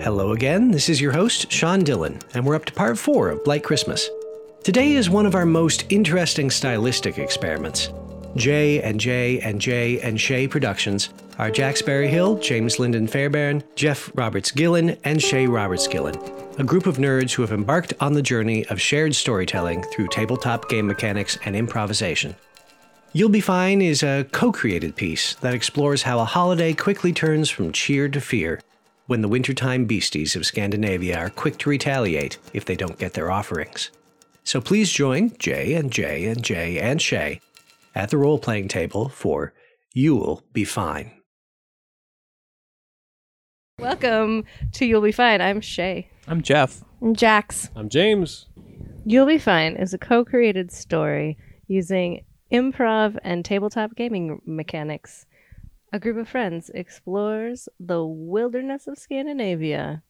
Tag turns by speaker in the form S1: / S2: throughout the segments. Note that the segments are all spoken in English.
S1: Hello again, this is your host, Sean Dillon, and we're up to part four of Blight Christmas. Today is one of our most interesting stylistic experiments. J and J and J and Shay Productions are Jacksberry Hill, James Lyndon Fairbairn, Jeff Roberts Gillen, and Shay Roberts Gillen, a group of nerds who have embarked on the journey of shared storytelling through tabletop game mechanics and improvisation. You'll Be Fine is a co created piece that explores how a holiday quickly turns from cheer to fear when the wintertime beasties of Scandinavia are quick to retaliate if they don't get their offerings. So please join Jay and Jay and Jay and Shay at the role playing table for You'll Be Fine.
S2: Welcome to You'll Be Fine. I'm Shay.
S3: I'm Jeff.
S4: Jax.
S5: I'm James.
S2: You'll Be Fine is a co created story using improv and tabletop gaming mechanics. A group of friends explores the wilderness of Scandinavia.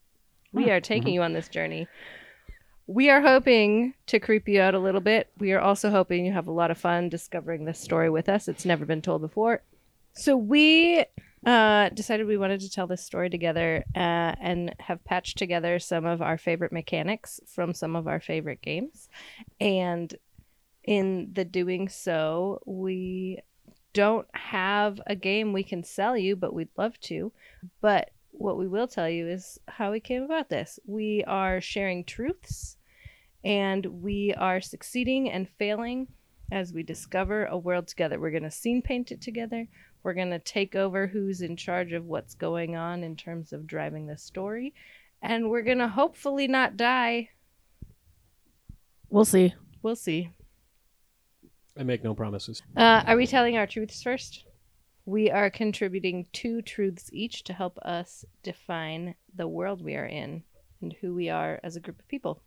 S2: We are taking you on this journey. We are hoping to creep you out a little bit. We are also hoping you have a lot of fun discovering this story with us. It's never been told before. So we uh, decided we wanted to tell this story together uh, and have patched together some of our favorite mechanics from some of our favorite games. And in the doing so, we don't have a game we can sell you, but we'd love to. But what we will tell you is how we came about this. We are sharing truths and we are succeeding and failing as we discover a world together. We're going to scene paint it together. We're going to take over who's in charge of what's going on in terms of driving the story. And we're going to hopefully not die.
S4: We'll see.
S2: We'll see.
S5: I make no promises.
S2: Uh, are we telling our truths first? We are contributing two truths each to help us define the world we are in and who we are as a group of people.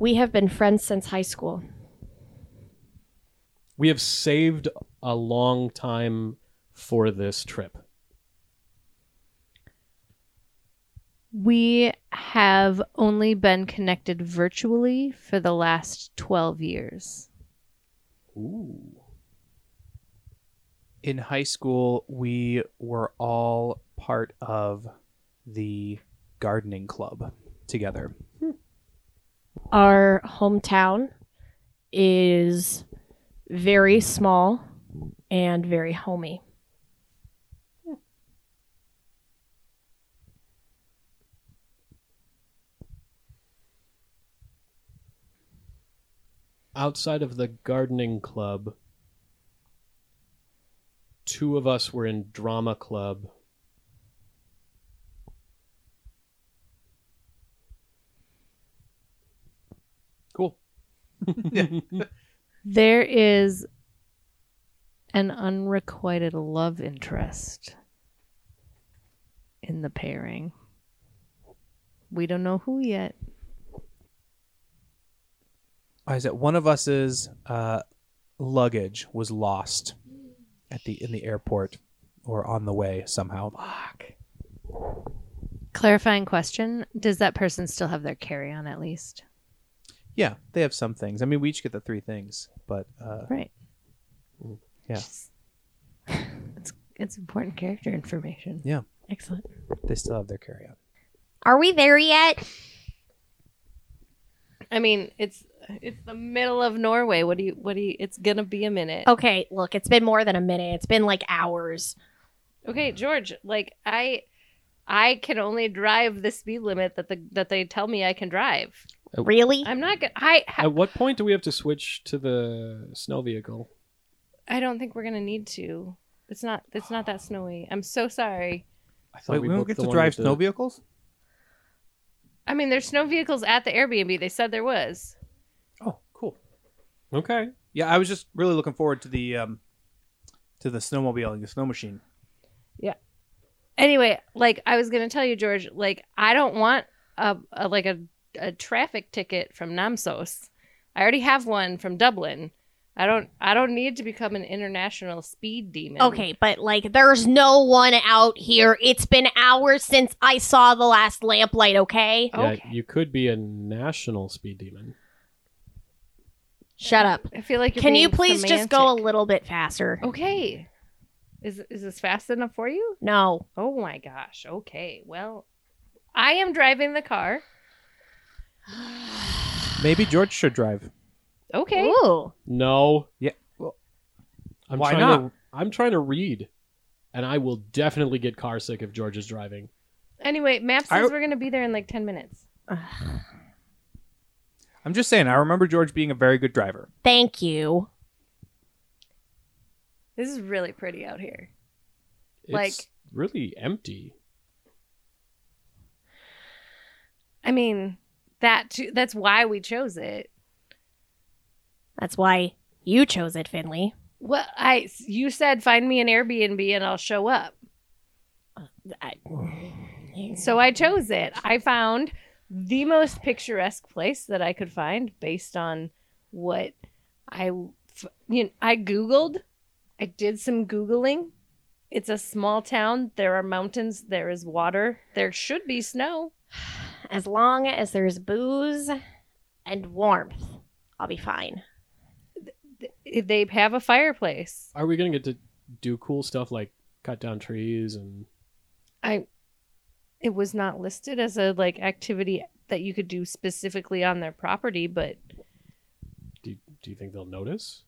S4: We have been friends since high school.
S5: We have saved a long time for this trip.
S2: We have only been connected virtually for the last 12 years.
S5: Ooh.
S3: In high school, we were all part of the gardening club together.
S4: Our hometown is very small and very homey.
S5: Outside of the gardening club, two of us were in drama club. Cool.
S2: There is an unrequited love interest in the pairing. We don't know who yet.
S3: Why is it one of us's uh, luggage was lost at the in the airport or on the way somehow?
S2: Clarifying question Does that person still have their carry on at least?
S3: Yeah, they have some things. I mean, we each get the three things, but uh,
S2: Right.
S3: Yeah.
S2: Just- It's, it's important character information.
S3: Yeah.
S2: Excellent.
S3: they still have their carry-on.
S4: Are we there yet?
S2: I mean, it's it's the middle of Norway. What do you what do you it's gonna be a minute.
S4: Okay, look, it's been more than a minute. It's been like hours.
S2: Okay, George, like I I can only drive the speed limit that the that they tell me I can drive.
S4: Really?
S2: I'm not gonna I
S5: At what point do we have to switch to the snow vehicle?
S2: I don't think we're gonna need to. It's not it's not that snowy. I'm so sorry.
S5: I thought
S3: Wait, we don't
S5: booked
S3: get
S5: the
S3: to
S5: one
S3: drive
S5: with the-
S3: snow vehicles?
S2: I mean there's snow vehicles at the Airbnb. They said there was.
S3: Oh, cool.
S5: Okay.
S3: Yeah, I was just really looking forward to the um, to the snowmobile and the snow machine.
S2: Anyway, like I was gonna tell you, George, like I don't want a, a like a, a traffic ticket from Namsos. I already have one from Dublin. I don't I don't need to become an international speed demon.
S4: Okay, but like, there's no one out here. It's been hours since I saw the last lamplight, okay?
S5: Yeah,
S2: Okay.
S5: you could be a national speed demon.
S4: Shut up.
S2: I feel like. You're
S4: Can you
S2: being
S4: please just go a
S2: semantic.
S4: little bit faster?
S2: Okay. Is is this fast enough for you?
S4: No.
S2: Oh my gosh. Okay. Well, I am driving the car.
S3: Maybe George should drive.
S2: Okay.
S4: Ooh.
S5: No.
S3: Yeah, well,
S5: I'm
S3: why
S5: trying
S3: not?
S5: To, I'm trying to read, and I will definitely get car sick if George is driving.
S2: Anyway, Map
S3: I-
S2: says we're gonna be there in like ten minutes.
S3: I'm just saying. I remember George being a very good driver.
S4: Thank you.
S2: This is really pretty out here.
S5: It's
S2: Like-
S5: really empty.
S2: I mean, that too, that's why we chose it.
S4: That's why you chose it, Finley.
S2: Well, I you said find me an Airbnb and I'll show up.
S4: I-
S2: So I chose it. I found the most picturesque place that I could find based on what I f- you know, I googled. I did some googling. It's a small town. There are mountains, there is water. There should be snow.
S4: as long as there's booze and warmth, I'll be fine.
S2: They have a fireplace.
S5: Are we gonna get to do cool stuff like cut down trees and?
S2: It was not listed as a like activity that you could do specifically on their property, but
S5: Do Do you think they'll notice?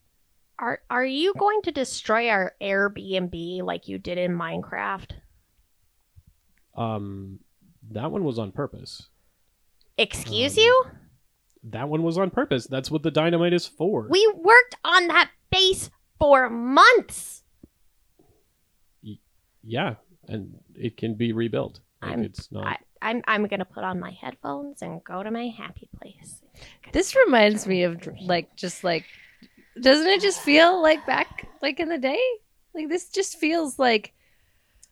S4: Are are you going to destroy our Airbnb like you did in Minecraft?
S5: Um, that one was on purpose.
S4: Excuse
S5: Um,
S4: you?
S5: That one was on purpose. That's what the dynamite is for.
S4: We worked on that base for months.
S5: yeah, and it can be rebuilt. Like,
S4: I'm-
S5: it's not.
S4: I, I'm I'm gonna put on my headphones and go to my happy place.
S2: This reminds me of like just like doesn't it just feel like back like in the day? Like this just feels like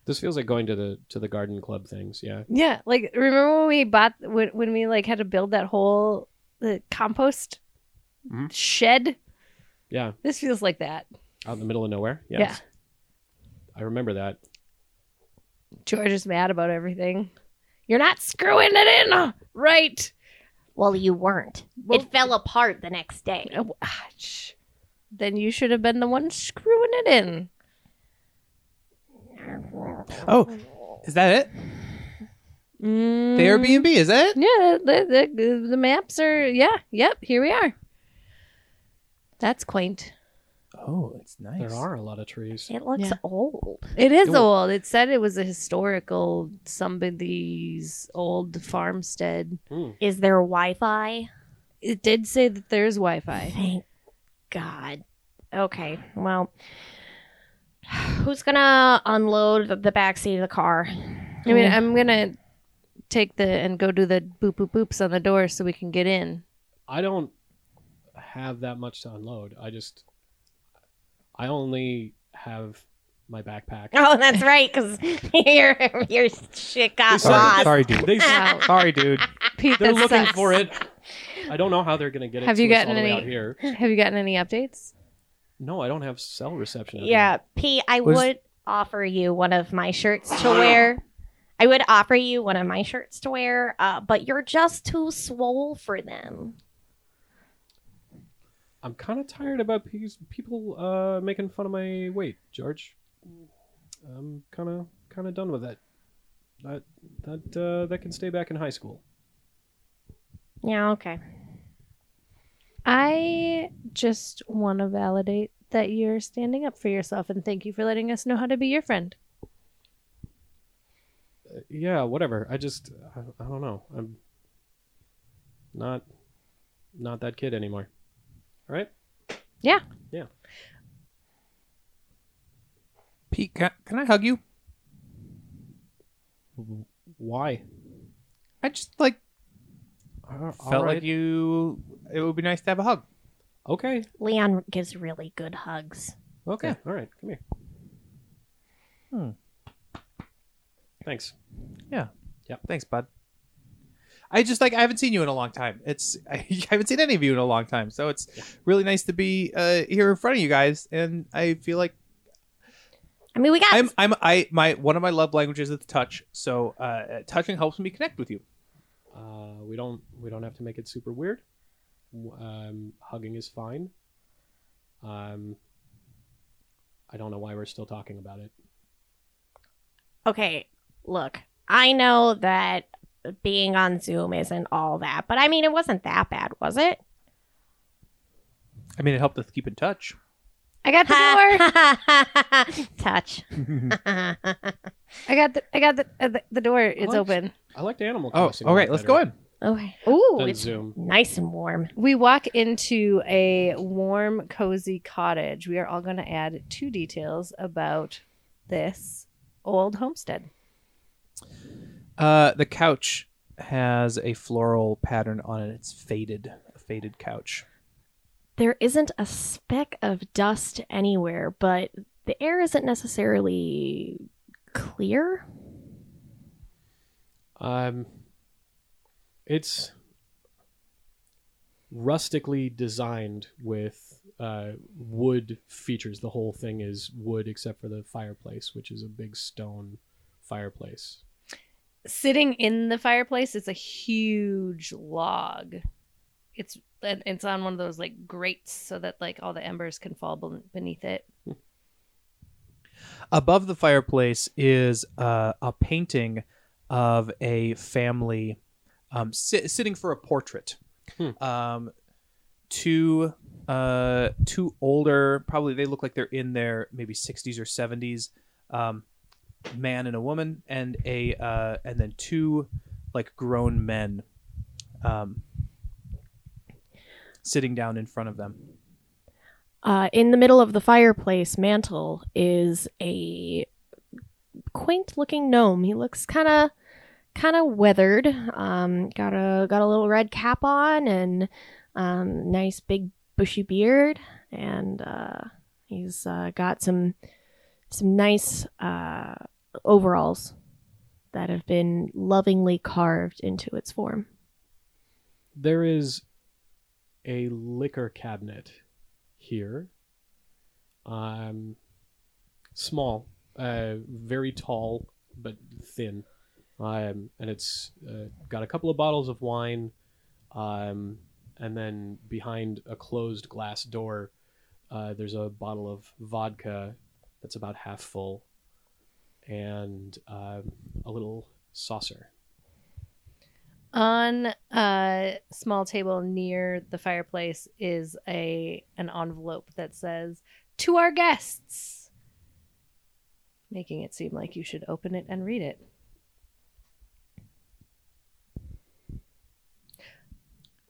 S5: This feels like going to the to the garden club things. Yeah.
S2: yeah, like remember when we bought when when we like had to build that whole the compost
S3: Mhm.
S2: shed?
S5: Yeah,
S2: This feels like that.
S5: out in the middle of nowhere.
S2: Yeah.
S5: Yes. I remember that.
S2: George is mad about everything. You're not screwing it in uh, right.
S4: Well, you weren't.
S2: Well-
S4: it fell apart the next day.
S2: Oh, ah, sh- Then you should have been the one screwing it in.
S3: Oh, is that it?
S2: Mm.
S3: The Airbnb is that it?
S2: Yeah, the, the, the maps are, yeah, yep, here we are. That's quaint.
S3: Oh, it's nice.
S5: There are a lot of trees.
S4: It looks
S2: Yeah.
S4: old.
S2: It is
S3: Cool.
S2: old. It said it was a historical somebody's old farmstead.
S4: Is there Wi-Fi?
S2: It did say that there's Wi Fi.
S4: Thank God. Okay. Well, who's gonna unload the- the backseat of the car?
S2: I mean,
S5: Oh.
S2: I'm going to take the and go do the boop boop boops on the door so we can get in.
S5: I don't have that much to unload. I just I only have my backpack.
S4: Oh, that's right, because your your shit got
S3: Sorry,
S4: lost.
S3: sorry, dude.
S5: They s-
S2: Wow.
S3: sorry, dude.
S2: Pete,
S5: they're
S2: that
S5: looking
S2: sucks.
S5: for it. I don't know how they're going to get it.
S2: Have you
S5: to us
S2: gotten
S5: all the way
S2: any-
S5: out here?
S2: Have you gotten any updates?
S5: No, I don't have cell reception. out
S4: Yeah,
S5: here.
S4: P. I
S3: Was-
S4: would offer you one of my shirts to wear. I would offer you one of my shirts to wear, uh, but you're just too swole for them.
S5: I'm kind of tired about pe- people uh, making fun of my weight, George. I'm kind of kind of done with that. That that uh, that can stay back in high school.
S4: Yeah. Okay.
S2: I just want to validate that you're standing up for yourself and thank you for letting us know how to be your friend.
S5: yeah, whatever. I just I, I don't know. I'm not not that kid anymore. All right?
S3: Pete, can, can I hug you?
S5: Why?
S3: I just like
S5: All
S3: felt like you. It would be nice to have a hug.
S5: Okay.
S4: Leon gives really good hugs.
S5: Okay.
S3: Yeah.
S5: All right. Come here.
S3: Hmm.
S5: Thanks.
S3: Thanks, bud. I just like I haven't seen you in a long time. It's I, haven't seen any of you in a long time, so it's really nice to be uh, here in front of you guys. And I feel like
S4: I mean, we got
S3: I'm I'm I my one of my love languages is touch. So uh, touching helps me connect with you.
S5: Uh, we don't we don't have to make it super weird. Um, hugging is fine. Um, I don't know why we're still talking about it.
S4: Okay, look, I know that being on Zoom isn't all that, but I mean, it wasn't that bad, was it?
S3: I mean, it helped us keep in touch.
S2: I got the door.
S4: Touch.
S2: I got the. I got the. Uh, the, the door is
S5: What?
S2: open.
S5: I liked animal
S3: Oh,
S5: crossing.
S3: all right. Let's go in.
S4: okay.
S5: Then
S4: Ooh, it's
S5: Zoom.
S4: nice and warm.
S2: We walk into a warm, cozy cottage. We are all going to add two details about this old homestead.
S3: Uh, the couch has a floral pattern on it. It's faded, a faded couch.
S4: There isn't a speck of dust anywhere, but the air isn't necessarily clear.
S5: Um, it's rustically designed with uh, wood features. The whole thing is wood, except for the fireplace, which is a big stone fireplace.
S2: Sitting in the fireplace is a huge log. It's and it's on one of those like grates so that like all the embers can fall ben- beneath it.
S3: Above the fireplace is uh, a painting of a family um, sit- sitting for a portrait.
S5: Hmm.
S3: Um, two uh, two older, probably they look like they're in their maybe 60s or 70s, um, man and a woman, and a uh, and then two like grown men um, sitting down in front of them.
S4: Uh, in the middle of the fireplace mantle is a quaint looking gnome. He looks kind of kind of weathered. Um, got a got a little red cap on and um, nice big bushy beard, and uh, he's uh, got some some nice uh, overalls that have been lovingly carved into its form.
S5: There is a liquor cabinet here. Um, small, uh, very tall, but thin. Um, and it's uh, got a couple of bottles of wine. Um, and then behind a closed glass door, uh, there's a bottle of vodka that's about half full and um, a little saucer.
S2: On a small table near the fireplace is a an envelope that says "To our guests," making it seem like you should open it and read it.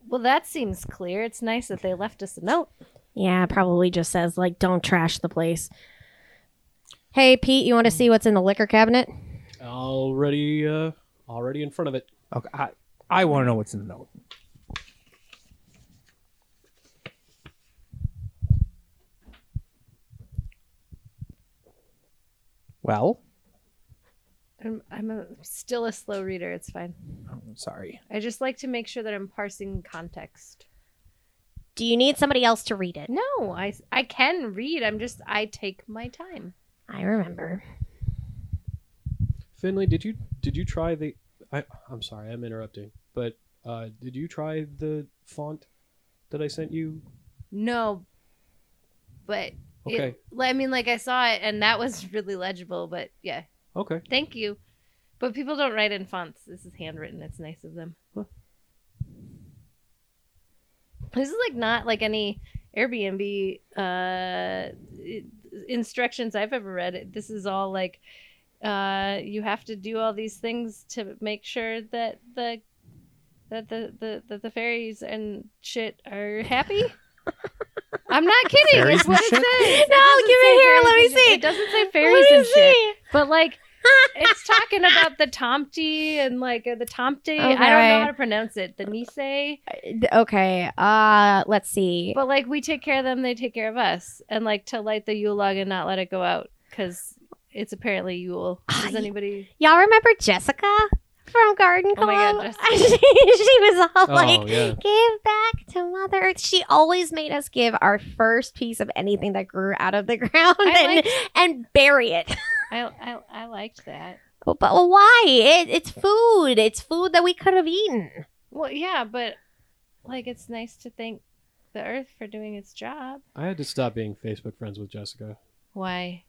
S2: Well, that seems clear. It's nice that they left us a note.
S4: Yeah, probably just says like don't trash the place. Hey Pete, you want to see what's in the liquor cabinet?
S5: Already, uh, already in front of it.
S3: Okay, I, I want to know what's in the note. Well,
S2: I'm, I'm a, still a slow reader. It's fine.
S3: I'm sorry.
S2: I just like to make sure that I'm parsing context.
S4: Do you need somebody else to read it?
S2: No, I I can read. I'm just I take my time.
S4: I remember.
S5: Finley, did you did you try the? I, I'm sorry, I'm interrupting. But uh, did you try the font that I sent you?
S2: No, but it-
S5: Okay,
S2: li- I mean, like I saw it, and that was really legible. But yeah,
S5: okay.
S2: thank you. But people don't write in fonts. This is handwritten. It's nice of them.
S5: Huh.
S2: This is like not like any Airbnb uh, instructions I've ever read. This is all like uh, you have to do all these things to make sure that the that the the, that the fairies and shit are happy. I'm not kidding.
S3: Fairies
S2: It's what it
S3: and
S2: says. It
S4: No,
S2: doesn't
S4: give
S2: say
S4: it here.
S2: fairies
S4: Let me
S2: and shit.
S4: see.
S2: It doesn't say fairies and shit but like it's talking about the Tomty and like uh, the Tomty. I don't know
S4: Okay.
S2: how to pronounce it. The Nisei.
S4: Okay. Uh, let's see.
S2: But like we take care of them, they take care of us. And like to light the Yule log and not let it go out because it's apparently Yule. Does
S4: Ah,
S2: anybody?
S4: Y'all remember Jessica from Garden
S2: Oh
S4: Club?
S2: my God, Jessica.
S4: she, was all
S5: Oh,
S4: like,
S5: yeah.
S4: "Give back to Mother Earth." She always made us give our first piece of anything that grew out of the ground
S2: I
S4: and, and bury it.
S2: I, I I liked that.
S4: But, but why? It, it's food. It's food that we could have eaten.
S2: Well, yeah, but like it's nice to thank the Earth for doing its job.
S5: I had to stop being Facebook friends with Jessica.
S2: Why?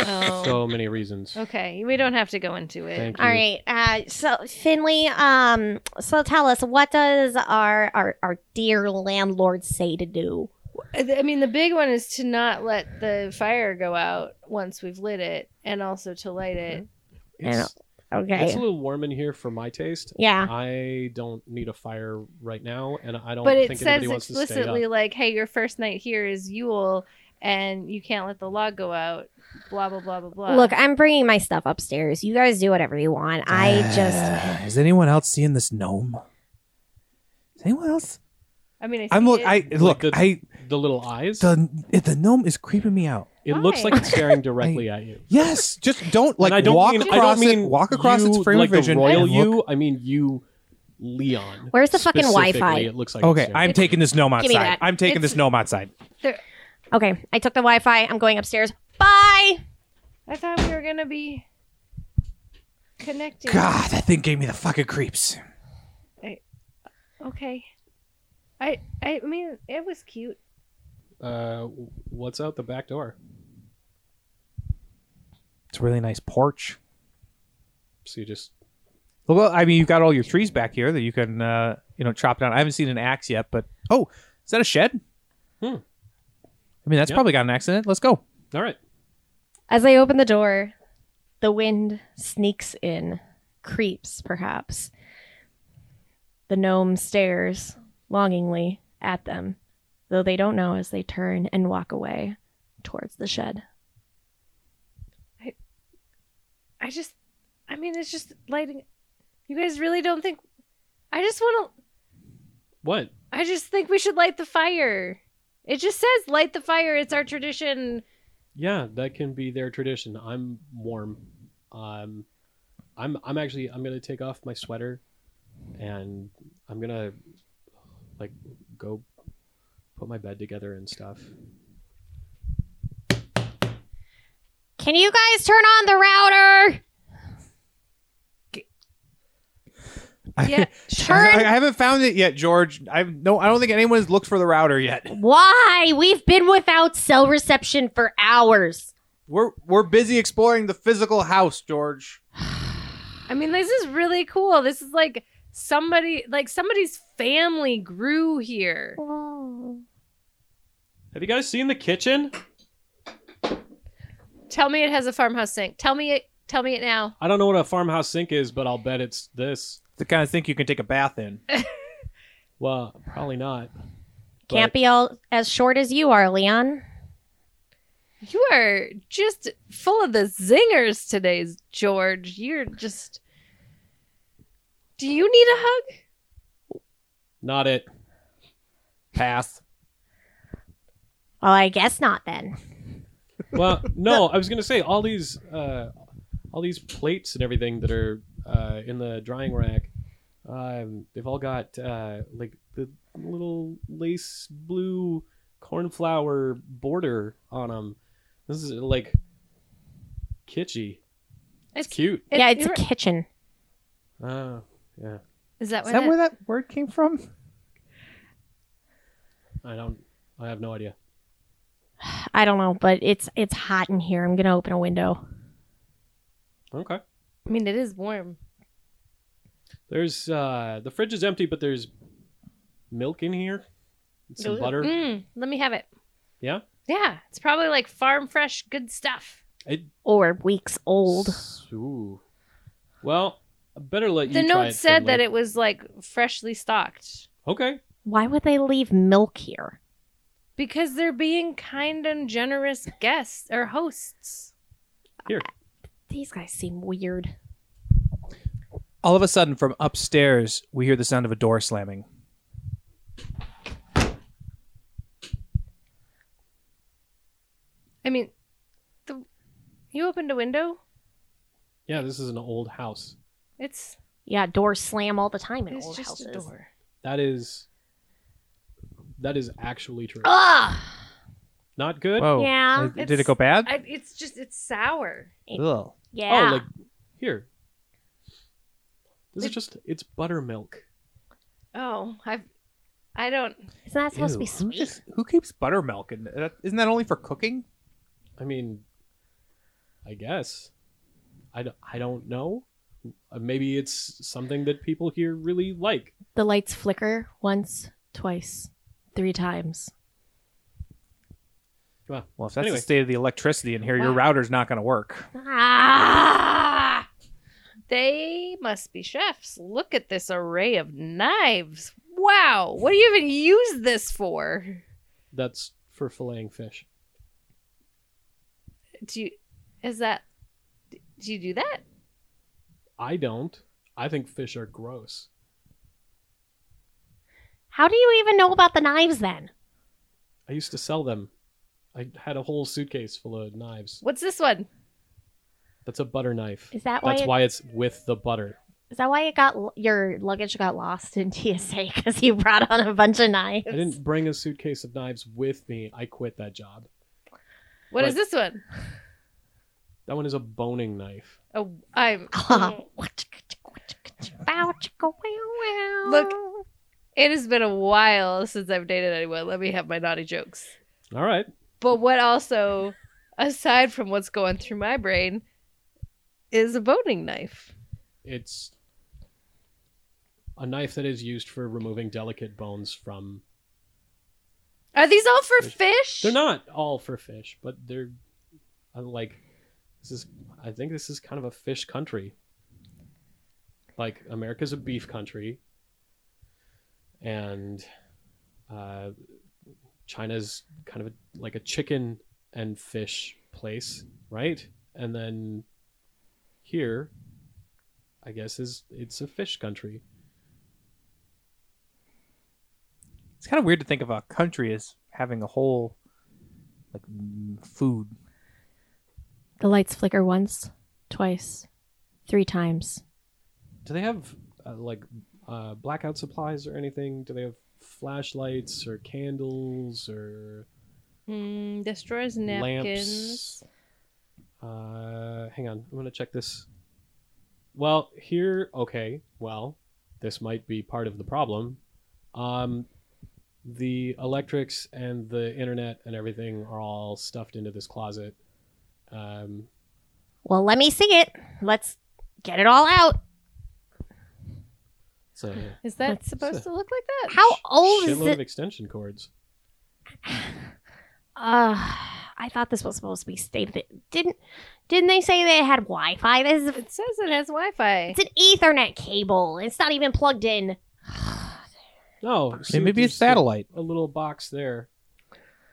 S2: oh.
S5: So many reasons.
S2: okay, we don't have to go into it.
S5: Thank you.
S6: All right. Uh, so Finley, um, so tell us what does our, our our dear landlord say to do?
S2: Uh, I mean, the big one is to not let the fire go out once we've lit it, and also to light
S5: Mm-hmm.
S2: it.
S5: It's,
S6: Okay.
S5: it's a little warm in here for my taste.
S6: yeah.
S5: I don't need a fire right now, and I don't
S2: But it
S5: think
S2: says
S5: anybody wants to stay
S2: explicitly,
S5: up.
S2: like, "Hey, your first night here is Yule, and you can't let the log go out." Blah blah blah blah blah.
S6: Look, I'm bringing my stuff upstairs. You guys do whatever you want. I just
S3: Uh, is anyone else seeing this gnome? Is anyone else?
S2: I mean, I see
S3: I'm look.
S2: it.
S3: I look.
S5: the-
S3: I
S5: The little eyes.
S3: the the gnome is creeping me out.
S5: it looks
S2: Why?
S5: like it's staring directly at you.
S3: Yes, just don't like
S5: and I don't
S3: walk
S5: mean, I
S3: across
S5: don't mean
S3: it. Walk across
S5: you,
S3: its frame
S5: like
S3: of vision.
S5: The royal
S3: and look-
S5: you. I mean you, Leon.
S6: Where's the fucking
S5: Specifically,
S6: Wi-Fi?
S5: It looks like it's
S3: Okay,
S5: staring.
S3: I'm taking this gnome
S6: Give me
S3: outside.
S6: that.
S3: I'm taking
S2: It's-
S3: this gnome outside.
S6: okay. I took the Wi-Fi. I'm going upstairs. Bye.
S2: I thought we were gonna be connected.
S3: God, that thing gave me the fucking creeps.
S2: Okay. I I mean, it was cute.
S5: Uh, what's out the back door?
S3: It's a really nice porch.
S5: So you just
S3: Well, I mean, you've got all your trees back here that you can, uh, you know, chop down. I haven't seen an axe yet, but oh, is that a shed?
S5: Hmm.
S3: I mean, that's
S5: Yep.
S3: probably got an accident. Let's go.
S5: all right.
S4: As I open the door, the wind sneaks in, creeps perhaps. The gnome stares longingly at them, though they don't know as they turn and walk away towards the shed.
S2: I just, I mean, it's just lighting. You guys really don't think? I just want to.
S5: What?
S2: I just think we should light the fire. It just says light the fire. It's our tradition.
S5: Yeah, that can be their tradition. I'm warm. Um, I'm I'm actually I'm gonna take off my sweater, and I'm gonna like go put my bed together and stuff.
S6: Can you guys turn on the router?
S2: Yeah.
S6: Turn.
S3: I haven't found it yet, George. I no, I don't think anyone has looked for the router yet.
S6: Why? We've been without cell reception for hours.
S3: We're we're busy exploring the physical house, George.
S2: I mean, this is really cool. This is like somebody, like somebody's family grew here. Oh.
S5: Have you guys seen the kitchen?
S2: Tell me it has a farmhouse sink. Tell me it. Tell me it now.
S5: I don't know what a farmhouse sink is, but I'll bet it's this.
S3: The kind of think you can take a bath in.
S5: Well, probably not.
S6: Can't be all as short as you are, Leon.
S2: You are just full of the zingers today, George. You're just. Do you need a hug?
S5: Not it.
S3: Pass.
S6: Well, I guess not then.
S5: well no i was gonna say all these uh, all these plates and everything that are uh, in the drying rack um, they've all got uh, like the little lace blue cornflower border on them this is like kitschy
S2: It's-
S5: it's cute
S6: yeah, it's
S2: you're-
S6: a kitchen.
S5: oh yeah
S2: Is that where
S3: Is that
S2: that-
S3: where that word came from?
S5: i don't i have no idea
S6: I don't know, but it's it's hot in here. I'm gonna open a window.
S5: okay
S2: I mean, it is warm.
S5: there's uh, the fridge is empty but there's milk in here some
S2: Ooh,
S5: butter
S2: Mm, let me have it.
S5: Yeah?
S2: Yeah, it's probably like farm fresh, good stuff.
S5: It-
S6: Or weeks old.
S5: S- Ooh. Well, I better let you.
S2: the
S5: try
S2: note
S5: it,
S2: said that
S5: Finley.
S2: it was like freshly stocked
S5: Okay.
S6: Why would they leave milk here?
S2: because they're being kind and generous guests or hosts.
S6: These guys seem weird.
S3: All of a sudden, from upstairs, we hear the sound of a door slamming.
S2: I mean, the you opened a window.
S5: Yeah, this is an old house.
S2: It's
S6: Yeah, doors slam all the time in
S2: it's
S6: old
S2: just a
S6: houses.
S2: door.
S5: That is. That is actually true.
S2: Oh.
S6: Ugh.
S5: Not good.
S3: Whoa!
S6: Yeah,
S3: Did- did
S2: it's-
S3: it go bad?
S2: I, it's just it's sour.
S3: Ugh.
S6: Yeah.
S5: Oh, like here. This is
S2: It-
S5: just. It's buttermilk.
S2: Oh, I've I don't.
S6: Isn't that supposed
S3: Ew,
S6: to
S3: who,
S6: be sweet?
S3: just, who keeps buttermilk? In, that- isn't that only for cooking?
S5: I mean, I guess. I, d- I don't know. Uh, Maybe it's something that people here really like.
S4: The lights flicker once, twice, three times.
S5: Well,
S3: Well, if that's
S5: Anyway.
S3: the state of the electricity in here, your router's not going to work.
S2: Ah! They must be chefs. Look at this array of knives. Wow. What do you even use this for?
S5: that's for filleting fish.
S2: Do you. Is that. Do you do that?
S5: I don't. I think fish are gross.
S6: How do you even know about the knives then?
S5: I used to sell them. I had a whole suitcase full of knives.
S2: What's this one?
S5: That's a butter knife.
S6: Is that why?
S5: That's
S6: it-
S5: why it's with the butter.
S6: Is that why it got l- your luggage got lost in TSA because you brought on a bunch of knives?
S5: I didn't bring a suitcase of knives with me. I quit that job.
S2: What is
S5: What?
S2: this one?
S5: That one is a boning knife.
S2: Oh, I'm.
S6: Look,
S2: It has been a while since I've dated anyone. Let me have my naughty jokes.
S5: All right.
S2: But what also, aside from what's going through my brain, is a boning knife.
S5: It's a knife that is used for removing delicate bones from.
S2: Are these all for fish?
S5: They're not all for fish, but they're I like this is I think this is kind of a fish country. Like America's a beef country and uh China's kind of a, like a chicken and fish place, right? And then here I guess is it's a fish country.
S3: It's kind of weird to think of a country as having a whole like mm, food.
S4: The lights flicker once, twice, three times.
S5: Do they have uh, like uh, blackout supplies or anything? Do they have flashlights or candles or
S2: Mm, destroys napkins.
S5: lamps? Uh, hang on, I'm gonna check this. Well, here, okay. Well, this might be part of the problem. Um, the electrics and the internet and everything are all stuffed into this closet. Um,
S6: well, let me see it. Let's get it all out.
S5: it's a
S2: Is that
S5: What's
S2: supposed
S5: that?
S2: to look like that?
S6: How old Oh, is
S5: shitload
S6: it?
S5: of extension cords.
S6: Uh, I thought this was supposed to be stated. Didn't didn't they say they had Wi-Fi? This is
S2: It says it has Wi-Fi.
S6: it's an Ethernet cable. It's not even plugged in.
S5: No, see,
S3: maybe it's
S5: there's a-
S3: satellite.
S5: a little box there.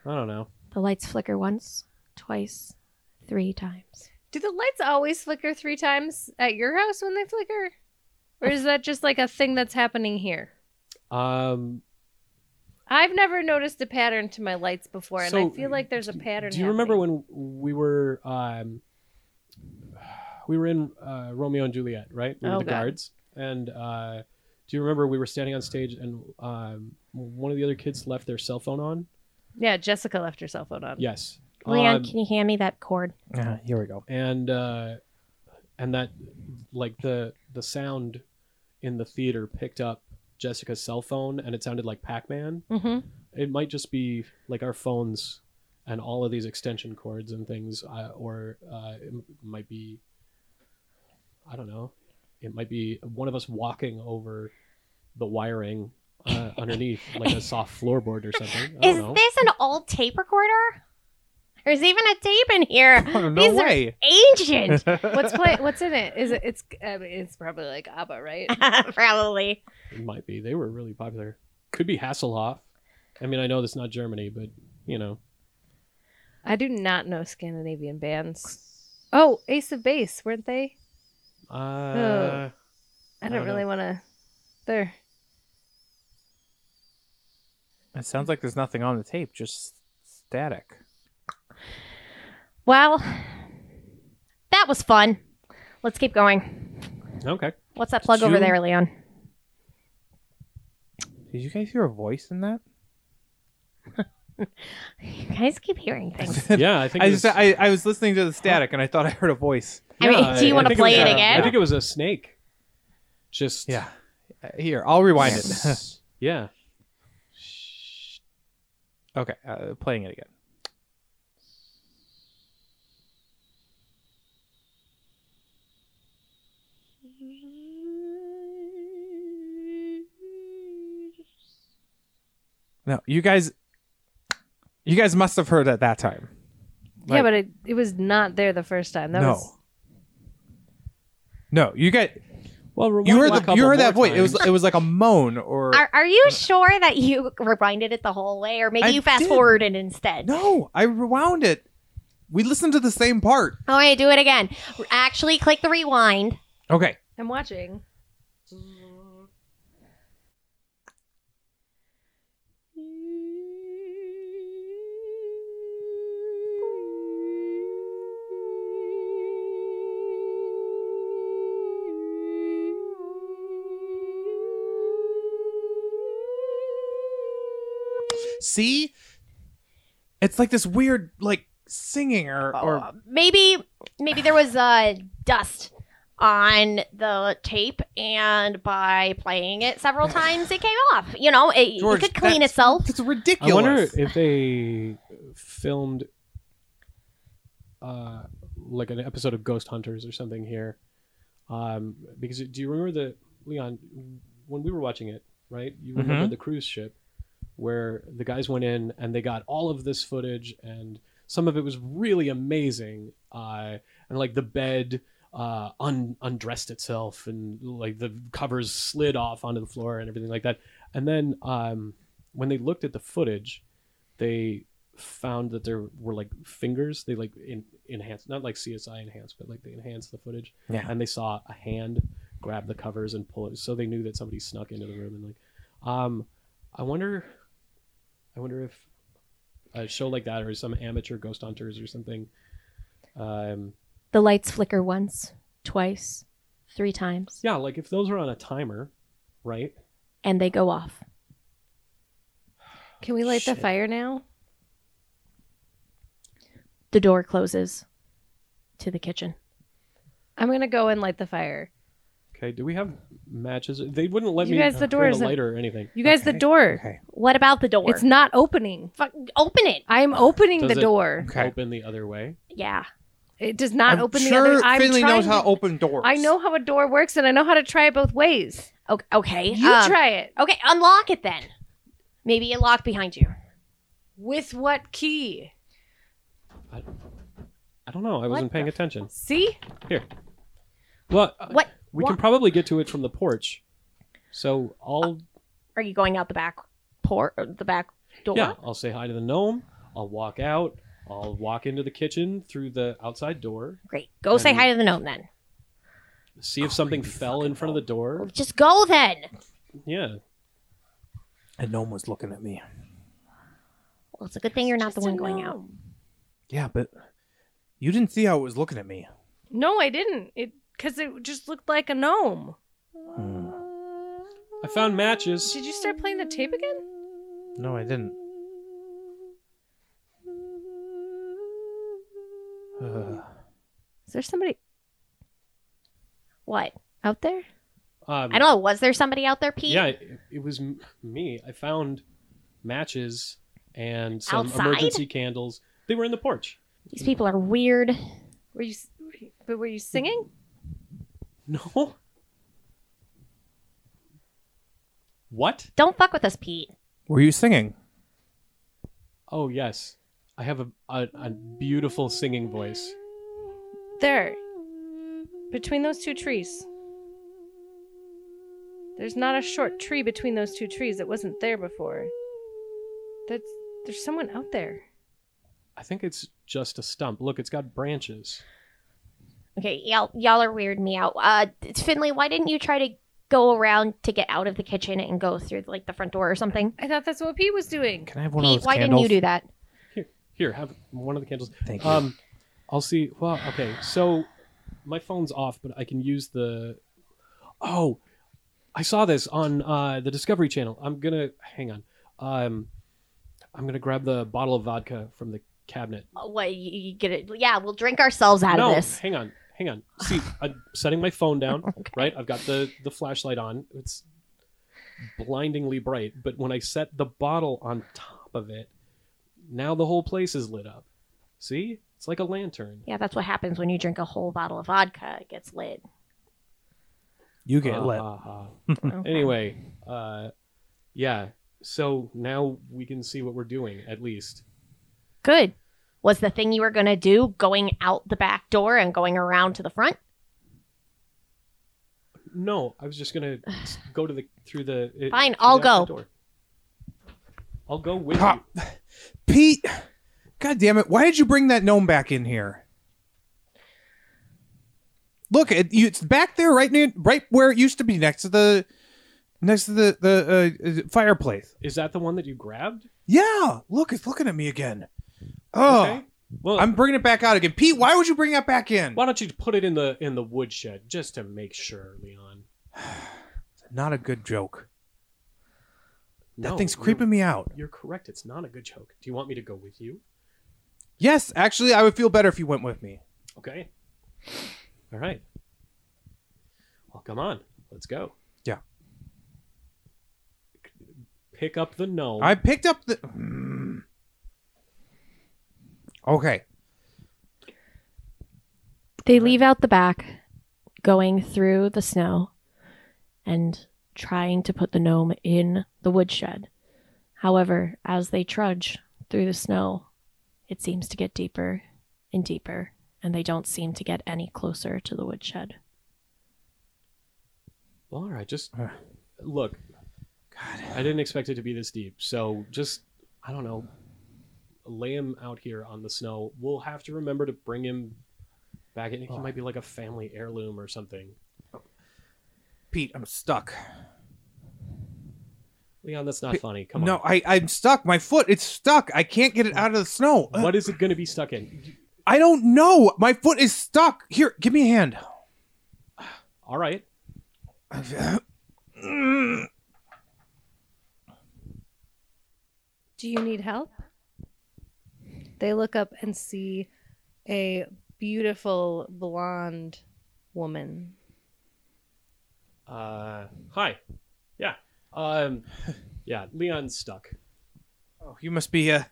S5: I don't know.
S4: The lights flicker once, twice, three times.
S2: Do the lights always flicker three times at your house when they flicker, or is that just like a thing that's happening here?
S5: Um,
S2: I've never noticed a pattern to my lights before, and I
S5: So,
S2: feel like there's a pattern.
S5: do you remember when we were um, we were in uh, Romeo and Juliet, right? We were
S2: Oh,
S5: the
S2: God.
S5: guards, and uh, do you remember we were standing on stage and um, one of the other kids left their cell phone on?
S2: Yeah, Jessica left her cell phone on.
S5: Yes.
S6: Leon,
S5: Um,
S6: can you hand me that cord?
S3: Yeah, here we go.
S5: and uh, and that like the the sound in the theater picked up Jessica's cell phone, and it sounded like Pac Man.
S6: Mm-hmm.
S2: hmm
S5: it might just be like our phones and all of these extension cords and things uh, or uh, it m- might be i don't know it might be one of us walking over the wiring uh, underneath like a soft floorboard or something i
S6: Is
S5: don't know
S6: this an old tape recorder? There's even a tape in here.
S3: Oh, no
S6: These are-
S3: way.
S6: Ancient,
S2: What's play? What's in it? Is it? It's. I mean, it's probably like ABBA, right?
S6: probably.
S5: it might be they were really popular could be hasselhoff i mean i know that's not germany but you know
S2: I do not know Scandinavian bands. Oh, Ace of Base, weren't they?
S5: uh,
S2: I
S5: I
S2: don't
S5: don't
S2: really
S5: know.
S2: want to. There.
S3: It sounds like there's nothing on the tape, just static.
S6: Well, that was fun. Let's keep going.
S5: okay
S6: What's that plug over
S3: Two.
S6: there, Leon?
S3: Did you guys hear a voice in that?
S6: You guys keep hearing things.
S5: yeah i think
S3: I
S5: it
S3: just
S5: was-
S3: I, I was listening to the static and I thought I heard a voice.
S6: I mean,
S5: yeah,
S6: do you want to
S5: think
S6: play
S5: was
S6: it
S5: a-
S6: again?
S5: i think it was a snake just
S3: Yeah. Uh, Here, I'll rewind it.
S5: yeah
S3: Okay, uh, playing it again. No, you guys, you guys must have heard at that time.
S2: yeah,
S3: Like-
S2: but it, it was not there the first time. That
S3: no,
S2: was
S3: no, you guys,
S5: Well,
S3: you
S5: rewind
S3: heard
S5: a
S3: the,
S5: couple
S3: you heard that
S5: more
S3: voice. It was
S5: times.
S3: it was like a moan or
S4: Are, are you sure that you rewinded it the whole way, or maybe
S3: I
S4: you fast
S3: did.
S4: forwarded instead?
S3: no. I rewound it. We listened to the same part.
S4: All right, do it again. Actually, click the rewind.
S3: Okay,
S2: I'm watching.
S3: see, it's like this weird like singing or
S2: Oh.
S3: or
S4: Maybe, maybe there was uh, dust on the tape, and by playing it several times, it came off. You know, it,
S3: George,
S4: it could clean
S3: that's-
S4: itself.
S3: it's
S5: I
S3: ridiculous.
S5: wonder if they filmed uh, like an episode of Ghost Hunters or something here. Um, because do you remember the Leon when we were watching it? Right, you remember
S3: Mhm.
S5: the cruise ship where the guys went in and they got all of this footage, and some of it was really amazing. Uh, and like the bed uh, un- undressed itself, and like the covers slid off onto the floor and everything like that. And then um, when they looked at the footage, they found that there were like fingers. They like in, enhanced, not like CSI enhanced, but like they enhanced the footage.
S3: Yeah.
S5: And they saw a hand grab the covers and pull it, so they knew that somebody snuck into the room. And like, um, I wonder, I wonder if a show like that or some amateur ghost hunters or something. Um,
S7: The lights flicker once, twice, three times,
S5: yeah, like if those were on a timer, right?
S7: and they go off.
S2: Can we light the fire now?
S7: The door closes to the kitchen.
S2: I'm gonna go and light the fire.
S5: Okay, do we have matches? They wouldn't let
S2: You
S5: me
S2: guys, the
S5: bring
S2: door
S5: a
S2: isn't-
S5: lighter or anything.
S2: You guys, the door.
S3: Okay.
S4: What about the door?
S2: It's not opening.
S4: Fuck, open it.
S2: I'm opening
S5: Does
S2: the
S5: it-
S2: door.
S3: Okay.
S5: Open the other way.
S4: Yeah.
S2: It does not
S3: I'm
S2: open
S3: sure
S2: the other. I'm
S3: Finley
S2: trying
S3: knows how
S2: to-
S3: to open doors.
S2: I know how a door works, and I know how to try it both ways.
S4: O- Okay.
S2: You
S4: um,
S2: try it.
S4: Okay, unlock it then. Maybe it locked behind you.
S2: With what key?
S5: I don't know. I wasn't paying attention.
S2: See?
S5: Well, uh,
S4: What?
S5: we
S4: Wha-
S5: can probably get to it from the porch. So I'll
S4: Are you going out the back port? The back door?
S5: yeah, I'll say hi to the gnome. I'll walk out. I'll walk into the kitchen through the outside door.
S4: Great. Go say
S5: And-
S4: hi to the gnome then.
S5: See if something fell in front of the door.
S4: Just go then.
S5: Yeah.
S3: And no one was looking at me.
S4: Well, it's a good thing you're not the one going out.
S3: Yeah, but you didn't see how it was looking at me.
S2: No, I didn't. It because it just looked like a gnome.
S3: Hmm.
S5: I found matches.
S2: Did you start playing the tape again?
S3: No, I didn't. Ugh.
S2: Is there somebody
S4: What?
S2: out there?
S5: Um,
S4: I don't know. Was there somebody out there, Pete?
S5: Yeah, it, it was m- me. I found matches and some
S4: Outside?
S5: emergency candles. They were in the porch.
S4: These people are weird.
S2: Were you? s- But were you singing?
S5: No. What?
S4: Don't fuck with us, Pete.
S3: Were you singing?
S5: Oh yes, I have a, a, a beautiful singing voice.
S2: There, between those two trees. There's not a short tree between those two trees that wasn't there before. That's there's someone out there.
S5: I think it's just a stump. Look, it's got branches.
S4: Okay, y'all, y'all are weirding me out. Uh, it's Finley, why didn't you try to go around to get out of the kitchen and go through like the front door or something?
S2: I thought that's what Pete was doing.
S3: Can I have one of
S4: Pete,
S3: those
S4: why
S3: candles?
S4: didn't you do that?
S5: Here, have one of the candles.
S3: Thank you.
S5: Um, I'll see. Well, okay. So my phone's off, but I can use the. Oh, I saw this on uh, the Discovery Channel. I'm gonna hang on. Um, I'm gonna grab the bottle of vodka from the cabinet.
S4: Uh, What you, you get it? Yeah, we'll drink ourselves out
S5: no,
S4: of this.
S5: hang on, hang on. See, I'm setting my phone down. Right, I've got the the flashlight on. It's blindingly bright, but when I set the bottle on top of it, Now the whole place is lit up. See? It's like a lantern.
S6: Yeah, that's what happens when you drink a whole bottle of vodka. It gets lit.
S3: You get
S5: Ah,
S3: lit.
S5: ah, ah.
S6: Okay.
S5: Anyway, uh, yeah. So now we can see what we're doing, at least.
S6: Good. Was the thing you were going to do going out the back door and going around to the front?
S5: No, I was just gonna s- go to the through the. it-
S6: Fine,
S5: through
S6: I'll
S5: the outside
S6: go.
S5: door. I'll go with
S3: Ha.
S5: you.
S3: Pete, god damn it! Why did you bring that gnome back in here? Look, it, you, it's back there, right near, right where it used to be, next to the, next to the the uh, uh, fireplace.
S5: Is that the one that you grabbed?
S3: Yeah, look, it's looking at me again. Oh,
S5: Well,
S3: I'm bringing it back out again. Pete, why would you bring that back in?
S5: why don't you put it in the in the woodshed just to make sure, Leon?
S3: Not a good joke. That
S5: No,
S3: thing's
S5: you're-
S3: creeping me out.
S5: You're correct. It's not a good joke. Do you want me to go with you?
S3: Yes, actually, I would feel better if you went with me.
S5: Okay. All right. Well, come on. Let's go.
S3: Yeah.
S5: Pick up the gnome.
S3: I picked up the. Mm. Okay.
S4: They leave out the back, going through the snow and trying to put the gnome in the woodshed. However, as they trudge through the snow, it seems to get deeper and deeper, and they don't seem to get any closer to the woodshed.
S5: Well, all right. Just
S3: Ugh.
S5: look. God, I didn't expect it to be this deep. So just, I don't know, lay him out here on the snow. We'll have to remember to bring him back in. He
S3: Oh.
S5: might be like a family heirloom or something.
S3: Pete, I'm stuck.
S5: Leon, that's not
S3: Pi-
S5: funny. Come
S3: no,
S5: on.
S3: I, I'm stuck. My foot, it's stuck. I can't get it out of the snow. Uh,
S5: What is it going to be stuck in?
S3: I don't know. My foot is stuck. Here, give me a hand.
S5: All right.
S3: Oh,
S2: Do you need help? They look up and see a beautiful blonde woman.
S5: Uh, hi. Yeah. Um, yeah. Leon's stuck.
S3: Oh, you must be a,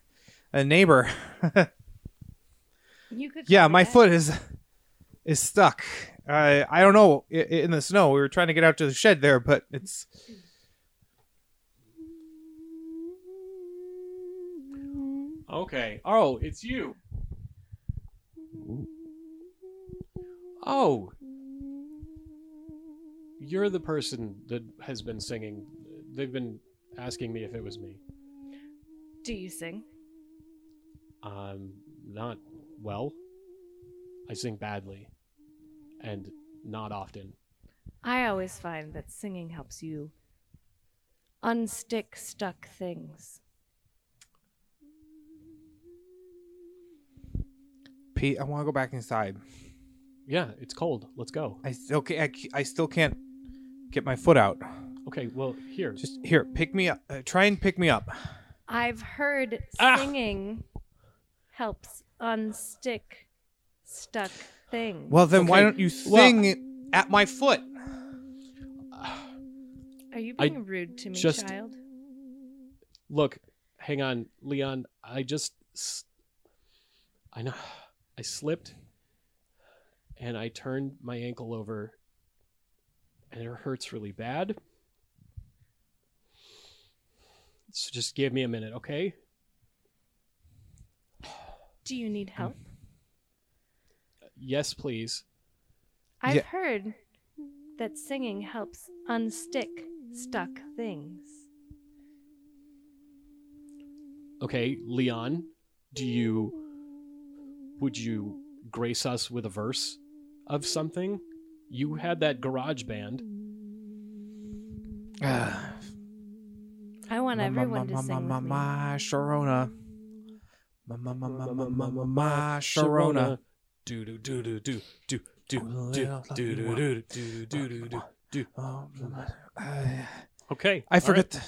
S3: a neighbor.
S2: You could
S3: yeah,
S2: try
S3: my
S2: that.
S3: foot is is stuck. I I don't know i- i- in the snow. We were trying to get out to the shed there, but it's
S5: Okay. Oh, it's you. Oh. You're the person that has been singing. They've been asking me if it was me.
S2: Do you sing?
S5: I'm Um, not well. I sing badly. And not often.
S2: I always find that singing helps you unstick stuck things.
S3: Pete. I want to go back inside.
S5: Yeah, it's cold. Let's go.
S3: I still can't. I, c- I still can't get my foot out.
S5: Okay, well, here.
S3: Just here, pick me up. Uh, try and pick me up.
S2: I've heard
S5: Ah.
S2: singing helps unstick stuck things.
S3: Well, then why
S5: Okay,
S3: don't you
S5: well-
S3: sing at my foot?
S2: Are you
S5: I
S2: being rude to me,
S5: just-
S2: child?
S5: Look, hang on, Leon. I just, s- I know, I slipped, and I turned my ankle over, and it hurts really bad. So just give me a minute, okay?
S2: Do you need help?
S5: Mm. Yes, please.
S2: I've
S3: Yeah.
S2: heard that singing helps unstick stuck things.
S5: Okay, Leon, do you, would you grace us with a verse of something? You had that garage band.
S3: Ah.
S2: I want
S3: Ma- ma-
S2: everyone
S3: ma-
S2: to
S3: ma-
S2: sing
S3: ma-
S2: with me.
S3: ma- Sharona. Ma- ma- ma- ma- ma- ma- ma- ma- Sharona.
S5: Do do do do do do do do
S3: Oh, little
S5: do
S3: lucky
S5: do do do do do do.
S3: Oh, ma- I-
S5: Okay,
S3: I
S5: all
S3: forget.
S5: right,
S3: the-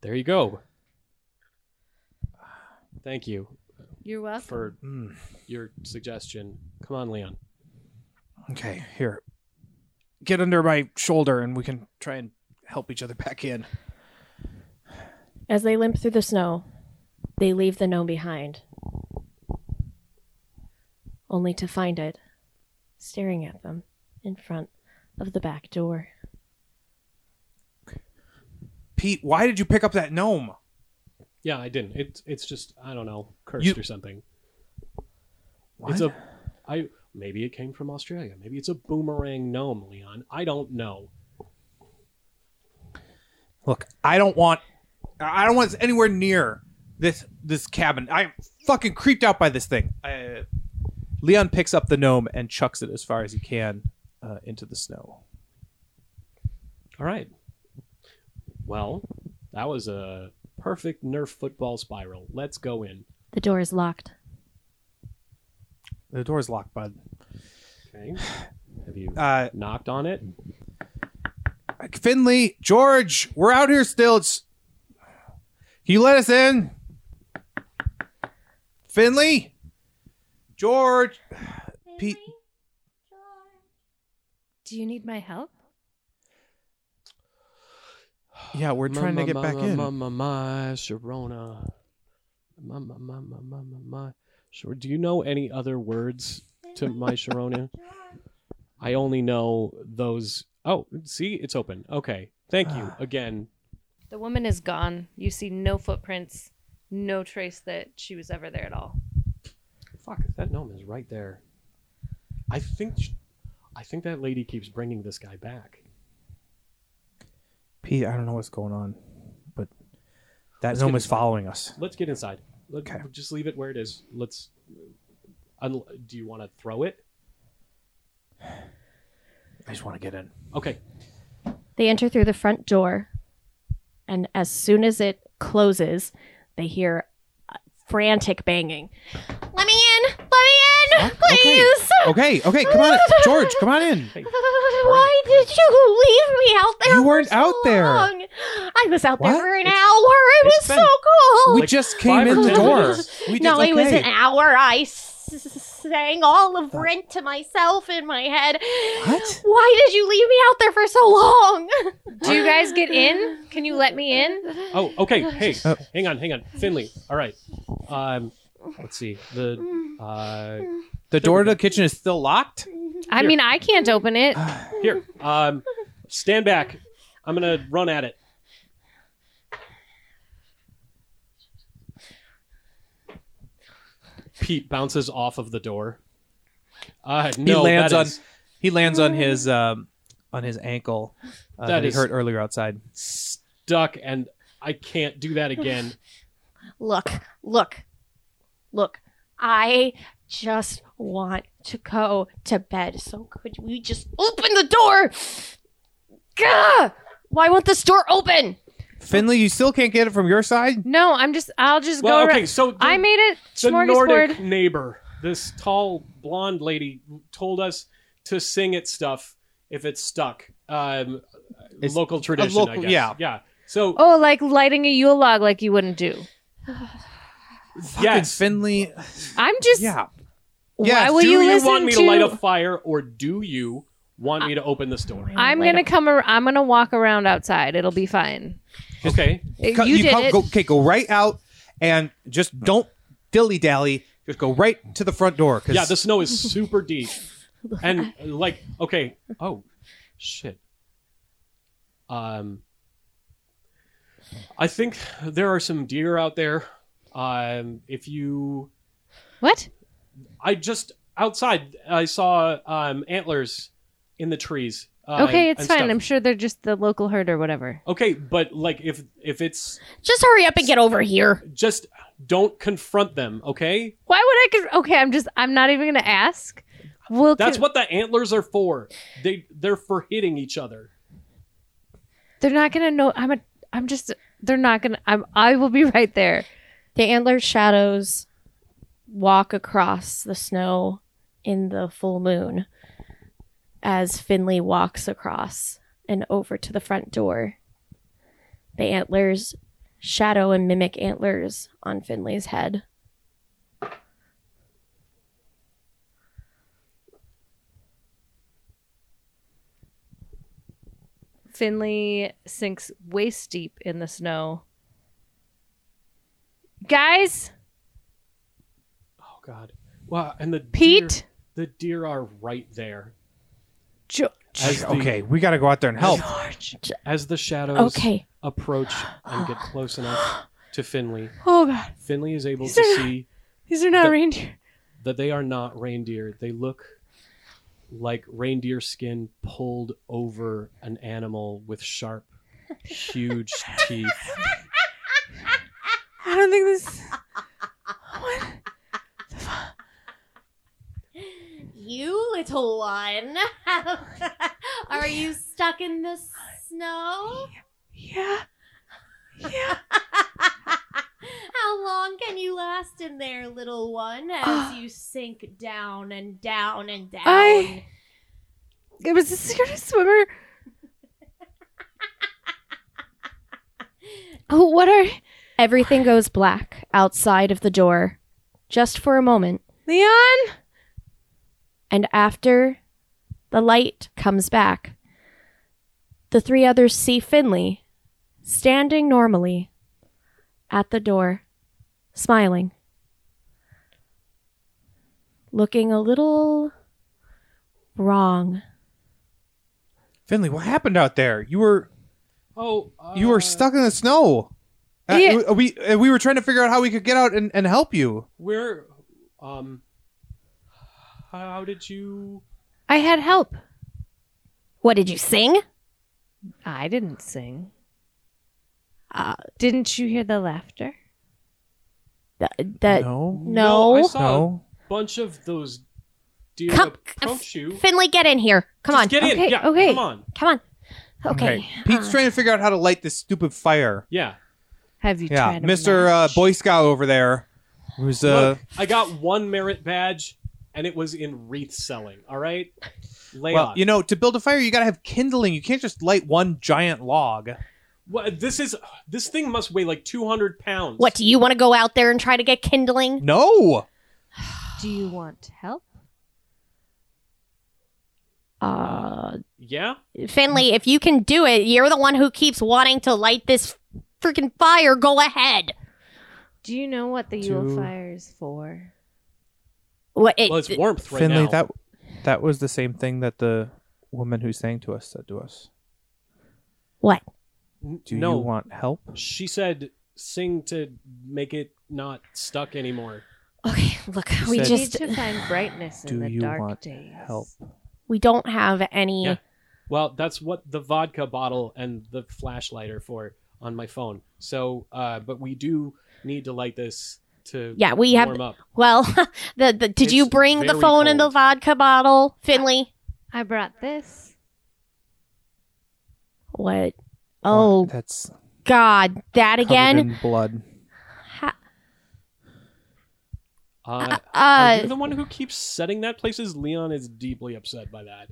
S5: There you go. Thank you
S2: You're welcome.
S5: for
S3: Mm,
S5: your suggestion. Come on, Leon.
S3: okay, here. Get under my shoulder, and we can try and help each other back in.
S4: As they limp through the snow, They leave the gnome behind, only to find it staring at them in front of the back door.
S3: Pete, why did you pick up that gnome?
S5: Yeah, I didn't. It's it's just I don't know, cursed
S3: You-
S5: or something.
S3: What?
S5: It's a I maybe it came from Australia. Maybe it's a boomerang gnome, Leon. I don't know.
S3: Look, I don't want I don't want this anywhere near this this cabin. I'm fucking creeped out by this thing. I, Leon picks up the gnome and chucks it as far as he can uh, into the snow.
S5: All right. Well, that was a perfect Nerf football spiral. Let's go in.
S4: The door is locked.
S3: The door's locked, bud.
S5: Okay. Have you
S3: Uh,
S5: knocked on it?
S3: Finley, George, we're out here still. It's Can you let us in? Finley? George? Pete?
S2: Do you need my help?
S3: Yeah, we're trying to get back in.
S5: My, my, Sharona. My, my, my, my, my, my, my. Sure. Do you know any other words to my Sharona? I only know those. Oh, see, it's open. Okay. Thank you again.
S2: The woman is gone. You see no footprints, no trace that she was ever there at all.
S5: Fuck, that gnome is right there. I think, sh- I think that lady keeps bringing this guy back.
S3: Pete, I don't know what's going on, but that gnome
S5: get
S3: is following us.
S5: Let's get inside. Let,
S3: Okay.
S5: Just leave it where it is. Let's. Un- do you want to throw it?
S3: I just want to get in.
S5: Okay.
S4: They enter through the front door, and as soon as it closes, they hear uh, frantic banging.
S6: Let me in! Let me in! Please!
S3: Okay, okay, come on, in. George, come on in.
S6: Why did you leave me out there?
S3: You
S6: for
S3: weren't
S6: so
S3: out there.
S6: long? I was out
S3: What?
S6: there for an
S5: It's-
S6: hour. It
S5: it's
S6: was
S5: been-
S6: so cold.
S3: We
S5: Like
S3: just
S5: five
S3: came
S5: or
S3: in the
S5: ten
S3: door.
S5: minutes.
S3: We
S6: no,
S3: just,
S6: it was
S3: okay.
S6: an hour. I s- s- sang all of Rent to myself in my head.
S3: What?
S6: Why did you leave me out there for so long?
S2: Do you guys get in? Can you let me in?
S5: Oh, okay. Hey,
S3: Oh.
S5: hang on, hang on. Finley. All right. Um, let's see. The uh,
S3: The door to the kitchen is still locked?
S2: I
S5: Here.
S2: mean, I can't open it.
S5: here. Um, stand back. I'm gonna run at it. Pete bounces off of the door. Uh,
S3: He
S5: no,
S3: lands
S5: that
S3: on
S5: is-
S3: he lands on his um on his ankle
S5: That
S3: uh, that, he
S5: is-
S3: hurt earlier outside.
S5: stuck, and I can't do that again.
S6: look, look, look. I just want to go to bed. So could we just open the door? Gah! Why won't this door open?
S3: Finley, you still can't get it from your side?
S2: No, I'm just. I'll just
S5: Well,
S2: go.
S5: okay,
S2: around.
S5: so the,
S2: I made it.
S5: the Nordic
S2: Smorgasbord.
S5: neighbor, this tall blonde lady, told us to sing at stuff if it's stuck. Um,
S3: It's
S5: local tradition, I
S3: local-
S5: guess.
S3: yeah.
S5: yeah. So
S2: Oh, like lighting a Yule log, like you wouldn't do.
S5: yes,
S3: Finley
S2: I'm just.
S3: Yeah.
S2: Why
S3: Yes,
S2: will
S5: do
S2: you,
S5: you,
S2: listen
S5: want me to... light a fire, or do you want me to open this door?
S2: I'm
S4: Light a-
S2: gonna come. Ar- I'm gonna walk around outside. It'll be fine.
S5: Okay.
S2: It-
S3: Co-
S2: you, did
S3: co-
S2: it.
S3: Go, okay, go right out and just don't dilly dally. Just go right to the front door. 'cause-
S5: Yeah, the snow is super deep, and like, okay, oh, shit. Um, I think there are some deer out there. Um, if you
S2: What?
S5: I just outside. I saw um, antlers in the trees. Uh,
S2: okay,
S5: and
S2: it's fine.
S5: stuff.
S2: I'm sure they're just the local herd or whatever.
S5: okay, but like if if it's
S6: Just hurry up and get over here.
S5: just don't confront them. Okay,
S2: Why would I? Con- okay, I'm just. I'm not even gonna ask. Well,
S5: that's
S2: con-
S5: what the antlers are for. They they're for hitting each other.
S2: they're not gonna know. I'm a. I'm just. They're not gonna. I'm. I will be right there.
S4: The antler shadows walk across the snow in the full moon as Finley walks across and over to the front door. The antlers shadow and mimic antlers on Finley's head.
S2: Finley sinks waist deep in the snow,
S8: Guys,
S5: Oh God! Wow, and the
S8: Pete?
S5: deer- the deer are right there.
S8: Jo-
S5: As the,
S3: okay, we got to go out there and help.
S5: As the shadows
S8: okay.
S5: approach and get close enough to Finley,
S8: Oh god,
S5: Finley is able
S8: These
S5: to
S8: are-
S5: see
S8: these are not
S5: The-
S8: reindeer.
S5: that they are not reindeer. They look like reindeer skin pulled over an animal with sharp, huge teeth.
S8: I don't think this.
S4: You little one, are you stuck in the snow?
S8: Yeah,
S4: How long can you last in there, little one,
S8: Ah.
S4: as you sink down and down and down?
S8: I- it was a serious swimmer. oh, what are
S9: Everything goes black outside of the door just for a moment.
S8: Leon?
S9: And after the light comes back, the three others see Finley standing normally at the door, smiling, looking a little wrong.
S3: Finley, what happened out there? You were
S5: Oh, uh,
S3: you were stuck in the snow. Uh,
S8: Yeah.
S3: uh, we uh, we were trying to figure out how we could get out and, and help you.
S5: Where, um, how did you?
S2: I had help.
S9: What did you sing?
S2: I didn't sing.
S9: Uh,
S2: didn't you hear the laughter?
S9: Th-
S4: Uh,
S9: that
S3: no,
S9: no.
S5: I saw
S3: no.
S5: a bunch of those deer
S9: Come-
S5: approach you.
S9: Finley, get in here. Come on.
S5: Just get
S2: Okay,
S5: in. Yeah,
S2: okay.
S5: come on.
S9: Come on. Okay. Uh,
S4: Uh,
S3: Pete's trying to figure out how to light this stupid fire.
S5: Yeah.
S2: Have you
S3: Yeah,
S2: tried a
S3: Mister uh,
S2: match?
S3: Boy Scout over there, who's uh,
S5: Look, I got one merit badge, and it was in wreath selling. All right, lay
S3: well,
S5: off.
S3: you know, to build a fire, you gotta have kindling. You can't just light one giant log.
S5: Wha- this is this thing must weigh like two hundred pounds.
S4: What do you want to go out there and try to get kindling?
S3: No,
S2: Do you want help?
S9: Uh,
S5: Yeah,
S4: Finley, if you can do it, you're the one who keeps wanting to light this freaking fire. Go ahead.
S2: Do you know what the
S3: Do-
S2: Yule fire is for?
S4: What?
S5: well, it's warmth right
S3: Finley,
S5: now.
S3: that that was the same thing that the woman who sang to us said to us.
S5: N-
S3: Do
S5: no,
S3: you want help?
S5: she said sing to make it not stuck anymore.
S4: okay, look,
S3: You
S4: we
S3: said-
S4: just
S2: need to find brightness in
S3: Do
S2: the
S3: you
S2: dark
S3: want
S2: days.
S3: Help.
S4: we don't have any.
S5: Yeah. Well, that's what the vodka bottle and the flashlight are for on my phone. So, uh, but we do need to light this to
S4: Yeah, we have.
S5: warm up.
S4: Well, the, the did you
S5: It's
S4: bring the
S5: very
S4: phone and the
S5: cold.
S4: vodka bottle, Finley?
S2: I brought this.
S9: what?
S4: Oh
S3: that's
S4: God, that again?
S3: blood.
S5: Uh, are you
S4: Uh,
S5: the one who keeps setting that places? Leon is deeply upset by that.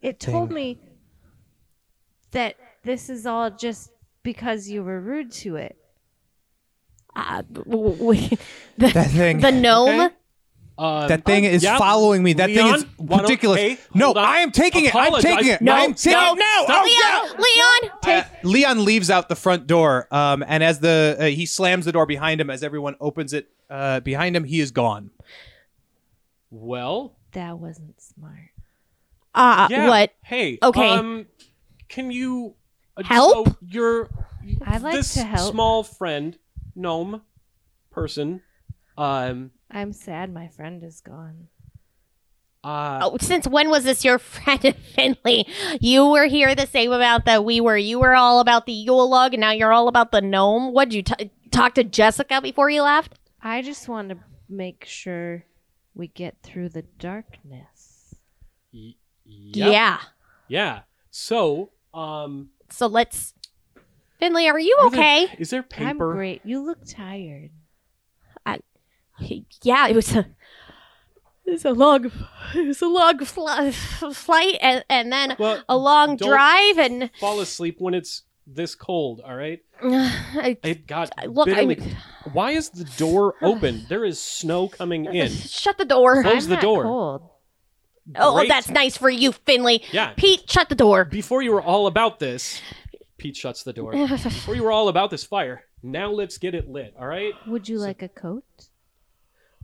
S2: It
S3: Thing.
S2: told me that this is all just because you were rude to it.
S4: uh, w- w-
S3: That thing.
S4: the gnome.
S5: Okay. Uh,
S3: that thing is
S5: yeah.
S3: following me. That
S5: Leon,
S3: thing
S5: why
S3: is
S5: don't-
S3: ridiculous.
S5: hey,
S3: no,
S5: hold on.
S3: I am taking
S5: Apologize.
S3: it. I'm taking it.
S5: No,
S3: I'm taking
S5: no,
S3: it. No,
S5: stop.
S3: oh, no.
S4: Leon,
S5: Uh,
S3: Leon leaves out the front door, um, and as the uh, he slams the door behind him, as everyone opens it uh, behind him, he is gone.
S5: well,
S2: That wasn't smart.
S4: uh,
S5: yeah.
S4: what?
S5: Hey.
S4: Okay.
S5: Um, can you uh,
S4: Help?
S5: So your
S2: I'd like
S5: this
S2: to help.
S5: small friend gnome person. Um.
S2: I'm sad my friend is gone.
S5: Uh,
S4: Oh, since when was this your friend, Finley? You were here the same amount that we were. You were all about the Yule log, and now you're all about the gnome. What'd you t- talk to Jessica before you left?
S2: I just want to make sure we get through the darkness.
S5: y- yep.
S4: Yeah.
S5: Yeah. So, um,
S4: So let's. Finley, are you
S5: are there-
S4: okay?
S5: is there
S2: I'm
S5: paper?
S2: great. You look tired.
S4: yeah, it was a it was a long it was a long fl- flight and, and then
S5: Well,
S4: a long
S5: don't-
S4: drive and
S5: fall asleep when it's this cold. All right.
S4: I,
S5: It got
S4: Uh, look. I,
S5: bitterly. Why is the door open? There is snow coming in.
S4: shut the door.
S5: Close
S2: I'm
S5: the
S2: not
S5: door.
S2: Cold.
S4: Oh,
S5: Great.
S4: that's nice for you, Finley.
S5: yeah.
S4: Pete, shut the door.
S5: Before you were all about this, Pete shuts the door. Before you were all about this fire, Now let's get it lit, all right?
S2: Would you like a coat,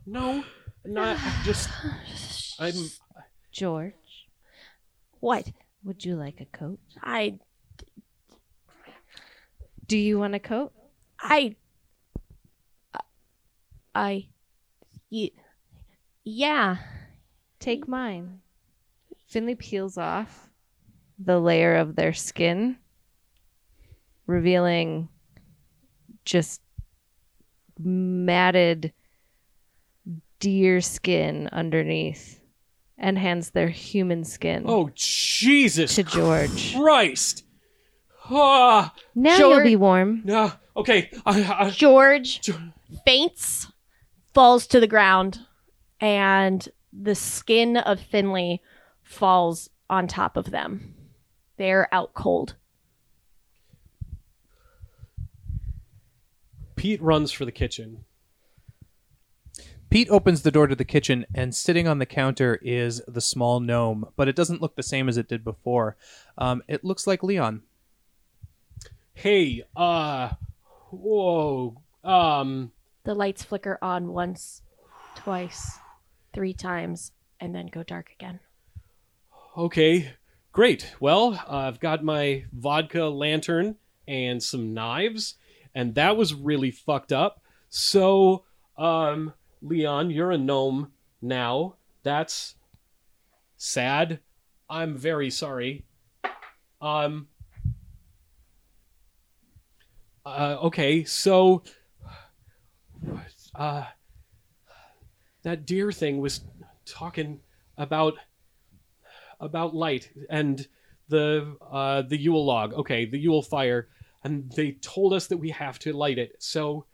S5: No, not just. I'm.
S2: George?
S6: What?
S2: Would you like a coat?
S6: I
S2: Do you want a coat?
S6: I I y- yeah.
S2: Take mine. Finley peels off the layer of their skin, revealing just matted deer skin underneath and hands their human skin
S5: Oh, Jesus
S2: to George.
S5: Christ! Ah,
S2: Now
S10: George-
S2: you'll be warm.
S5: no. Okay, I, I,
S10: George
S5: Geor-
S10: faints, falls to the ground, and the skin of Finley falls on top of them. They're out cold.
S5: Pete runs for the kitchen.
S3: Pete opens the door to the kitchen, and sitting on the counter is the small gnome, but it doesn't look the same as it did before. Um, it looks like Leon.
S5: Hey, uh, whoa, um,
S10: The lights flicker on once, twice, three times, and then go dark again.
S5: okay, great. Well, I've got my vodka lantern and some knives, and that was really fucked up. So, um, Leon, you're a gnome now. That's sad. I'm very sorry. Um, uh, okay, so, uh, that deer thing was talking about about light and the uh, the Yule log. Okay, the Yule fire, and they told us that we have to light it. So,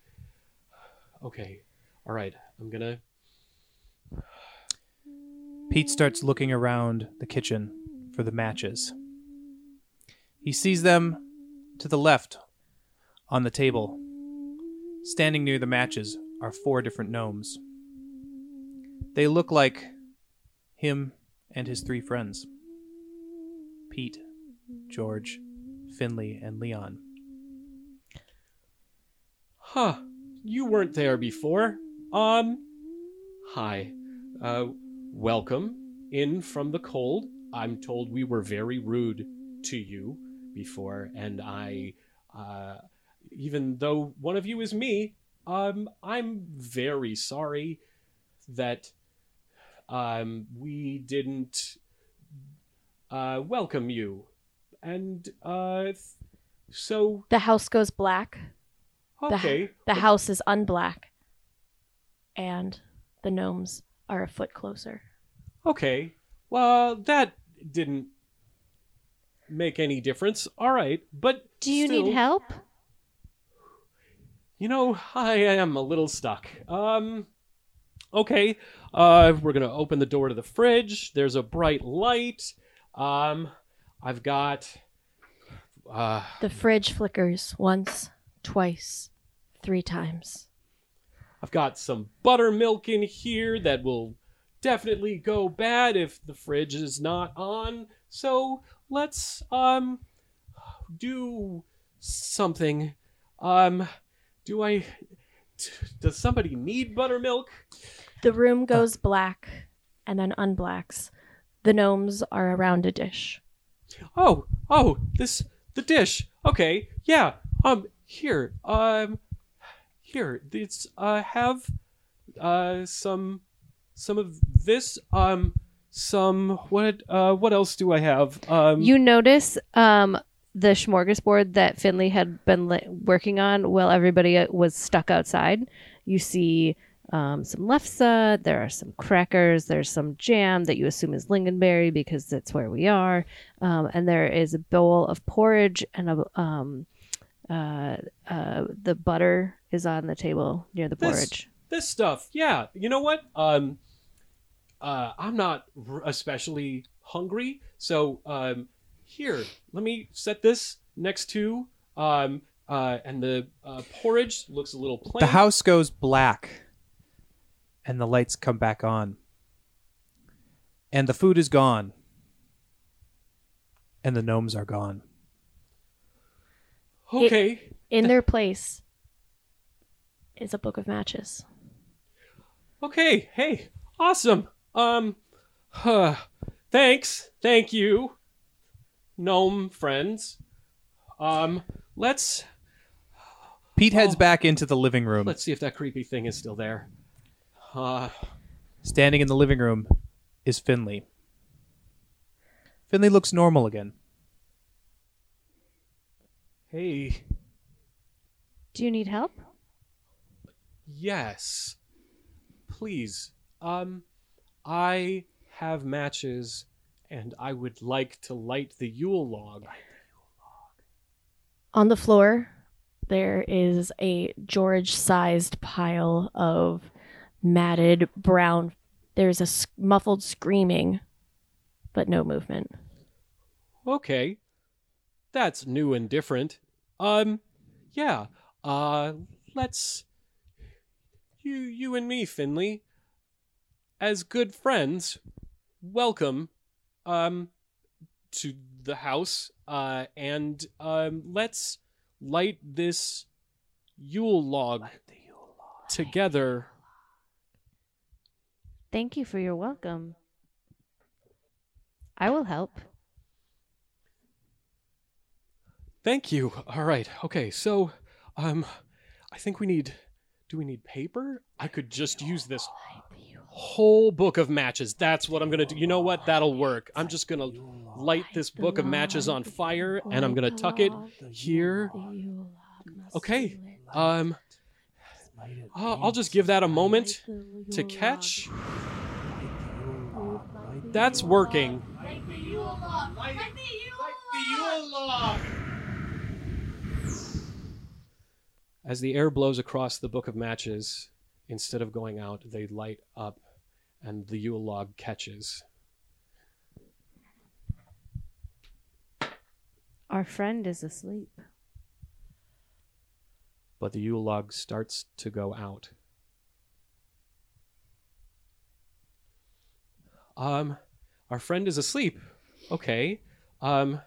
S5: okay, all right, I'm gonna.
S3: Pete starts looking around the kitchen for the matches. He sees them to the left on the table. Standing near the matches are four different gnomes. They look like him and his three friends Pete, George, Finley, and Leon.
S5: Huh, you weren't there before. Um, hi, uh, welcome in from the cold. I'm told we were very rude to you before, and I, uh, even though one of you is me, um, I'm very sorry that, um, we didn't, uh, welcome you, and uh, th- so
S10: The house goes black. The,
S5: okay.
S10: the house is unblack. And the gnomes are a foot closer.
S5: Okay. Well, that didn't make any difference. All right, but
S2: Do you
S5: still,
S2: need help?
S5: You know, I am a little stuck. Um, okay. Uh, we're gonna open the door to the fridge. There's a bright light. Um, I've got. Uh,
S10: The fridge flickers once, twice, three times.
S5: I've got some buttermilk in here that will definitely go bad if the fridge is not on. So let's um do something. Um, do I? t- does somebody need buttermilk?
S10: The room goes black and then unblacks. The gnomes are around a dish.
S5: Oh, oh, this the dish. Okay, yeah. Um, here. Um, here. It's uh have uh some some of this. Um, some what uh what else do I have? Um,
S2: You notice um, the smorgasbord that Finley had been li- working on while everybody uh, was stuck outside. You see um, some lefse, there are some crackers, there's some jam that you assume is lingonberry because that's where we are. Um, and there is a bowl of porridge and a. Um, uh, uh, the butter is on the table near the
S5: This-
S2: porridge.
S5: this stuff. Yeah, you know what? Um, uh, I'm not r- especially hungry, so um, here, let me set this next to um, uh, and the uh, porridge looks a little plain.
S3: The house goes black and the lights come back on. And the food is gone. And the gnomes are gone.
S5: Okay.
S10: In their place
S4: is a book of matches.
S5: Okay, hey, awesome. Um, huh, thanks, thank you, gnome friends. Um, let's
S3: Pete heads back into the living room.
S5: let's see if that creepy thing is still there. Uh,
S3: Standing in the living room is Finley. Finley looks normal again.
S5: hey,
S2: Do you need help?
S5: yes, please. Um, I have matches, and I would like to light the Yule log.
S4: On the floor, there is a George sized pile of matted brown. There's a s- muffled screaming, but no movement.
S5: okay that's new and different um yeah uh let's you you and me finley as good friends welcome um to the house uh and um let's light this yule log, together
S2: Thank you for your welcome. I will help.
S5: Thank you. All right. Okay. So, um, I think we need. Do we need paper? I could just use this whole book of matches. That's what I'm gonna do. You know what? That'll work. I'm just gonna light this book of matches on fire, and I'm gonna tuck it here. Okay. Um. uh, I'll just give that a moment to catch. That's working. As the air blows across the book of matches, instead of going out, they light up and the Yule log catches.
S2: Our friend is asleep.
S5: But the Yule log starts to go out. Um, our friend is asleep. Okay. Um,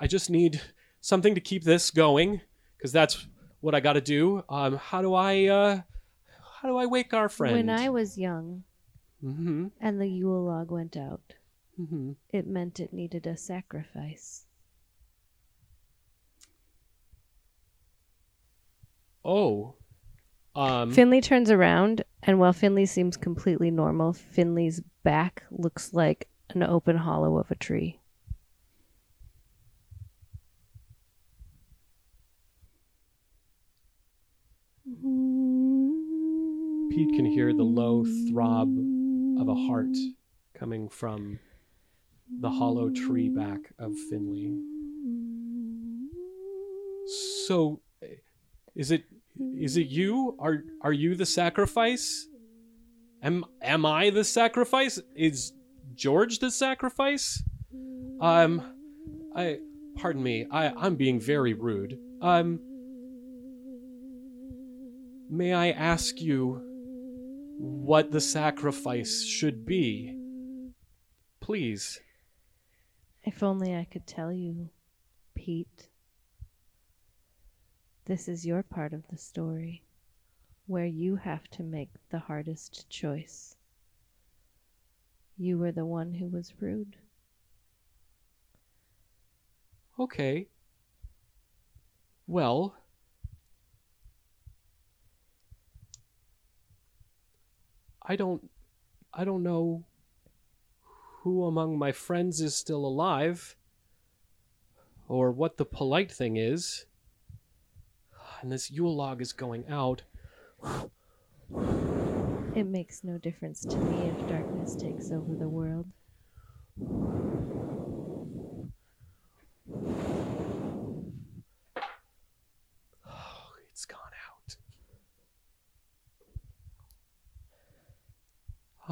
S5: I just need something to keep this going because that's what I got to do. Um, how do I, uh, how do I wake our friend?
S2: When I was young
S5: Mm-hmm.
S2: and the Yule log went out,
S5: Mm-hmm.
S2: it meant it needed a sacrifice.
S5: Oh. Um,
S2: Finley turns around, and while Finley seems completely normal, Finley's back looks like an open hollow of a tree. Hmm.
S5: Pete can hear the low throb of a heart coming from the hollow tree back of Finley. So, eh, is it is it you? Are are you the sacrifice? Am am I the sacrifice? Is George the sacrifice? Um, I pardon me. I I'm being very rude. Um, may I ask you? what the sacrifice should be. Please.
S2: If only I could tell you, Pete. This is your part of the story where you have to make the hardest choice. You were the one who was rude.
S5: Okay. Well, I don't I don't know who among my friends is still alive or what the polite thing is. And this Yule log is going out.
S2: It makes no difference to me if darkness takes over the world.
S5: Oh, It's gone out.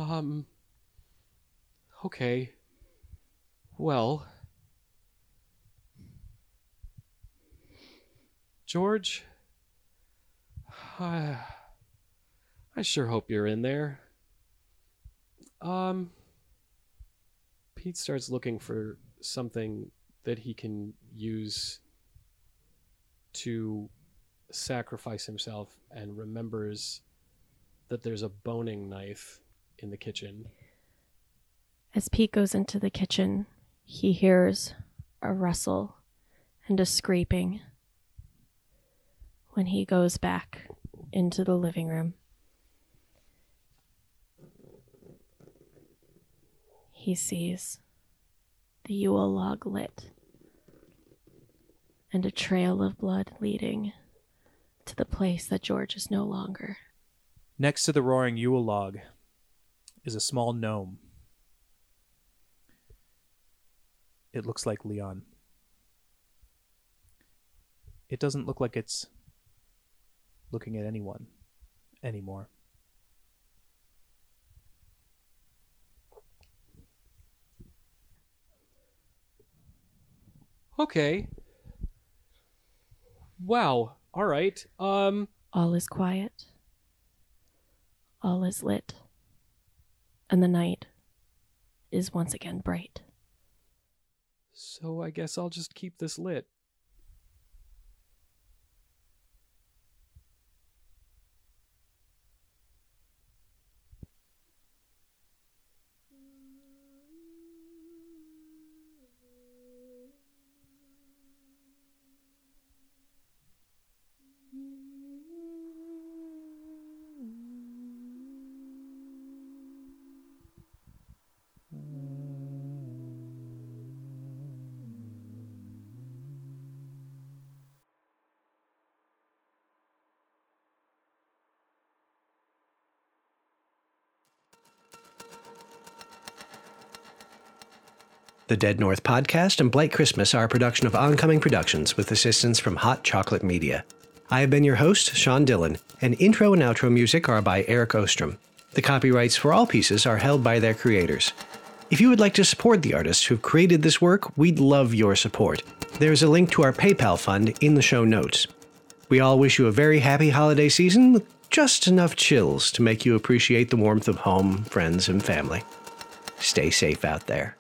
S5: Um. Okay. Well. George. I, I sure hope you're in there. Um. Pete starts looking for something that he can use to sacrifice himself and remembers that there's a boning knife in the kitchen.
S4: As Pete goes into the kitchen, he hears a rustle and a scraping. When he goes back into the living room, he sees the Yule log lit and a trail of blood leading to the place that George is no longer.
S3: Next to the roaring Yule log is a small gnome. It looks like Leon. It doesn't look like it's looking at anyone anymore.
S5: Okay. Wow. All right. Um
S4: All is quiet. All is lit. And the night is once again bright.
S5: so I guess I'll just keep this lit.
S1: The Dead North Podcast and Blake Christmas are a production of Oncoming Productions with assistance from Hot Chocolate Media. I have been your host, Sean Dillon, and intro and outro music are by Eric Ostrom. The copyrights for all pieces are held by their creators. If you would like to support the artists who've created this work, we'd love your support. There's a link to our PayPal fund in the show notes. We all wish you a very happy holiday season with just enough chills to make you appreciate the warmth of home, friends, and family. Stay safe out there.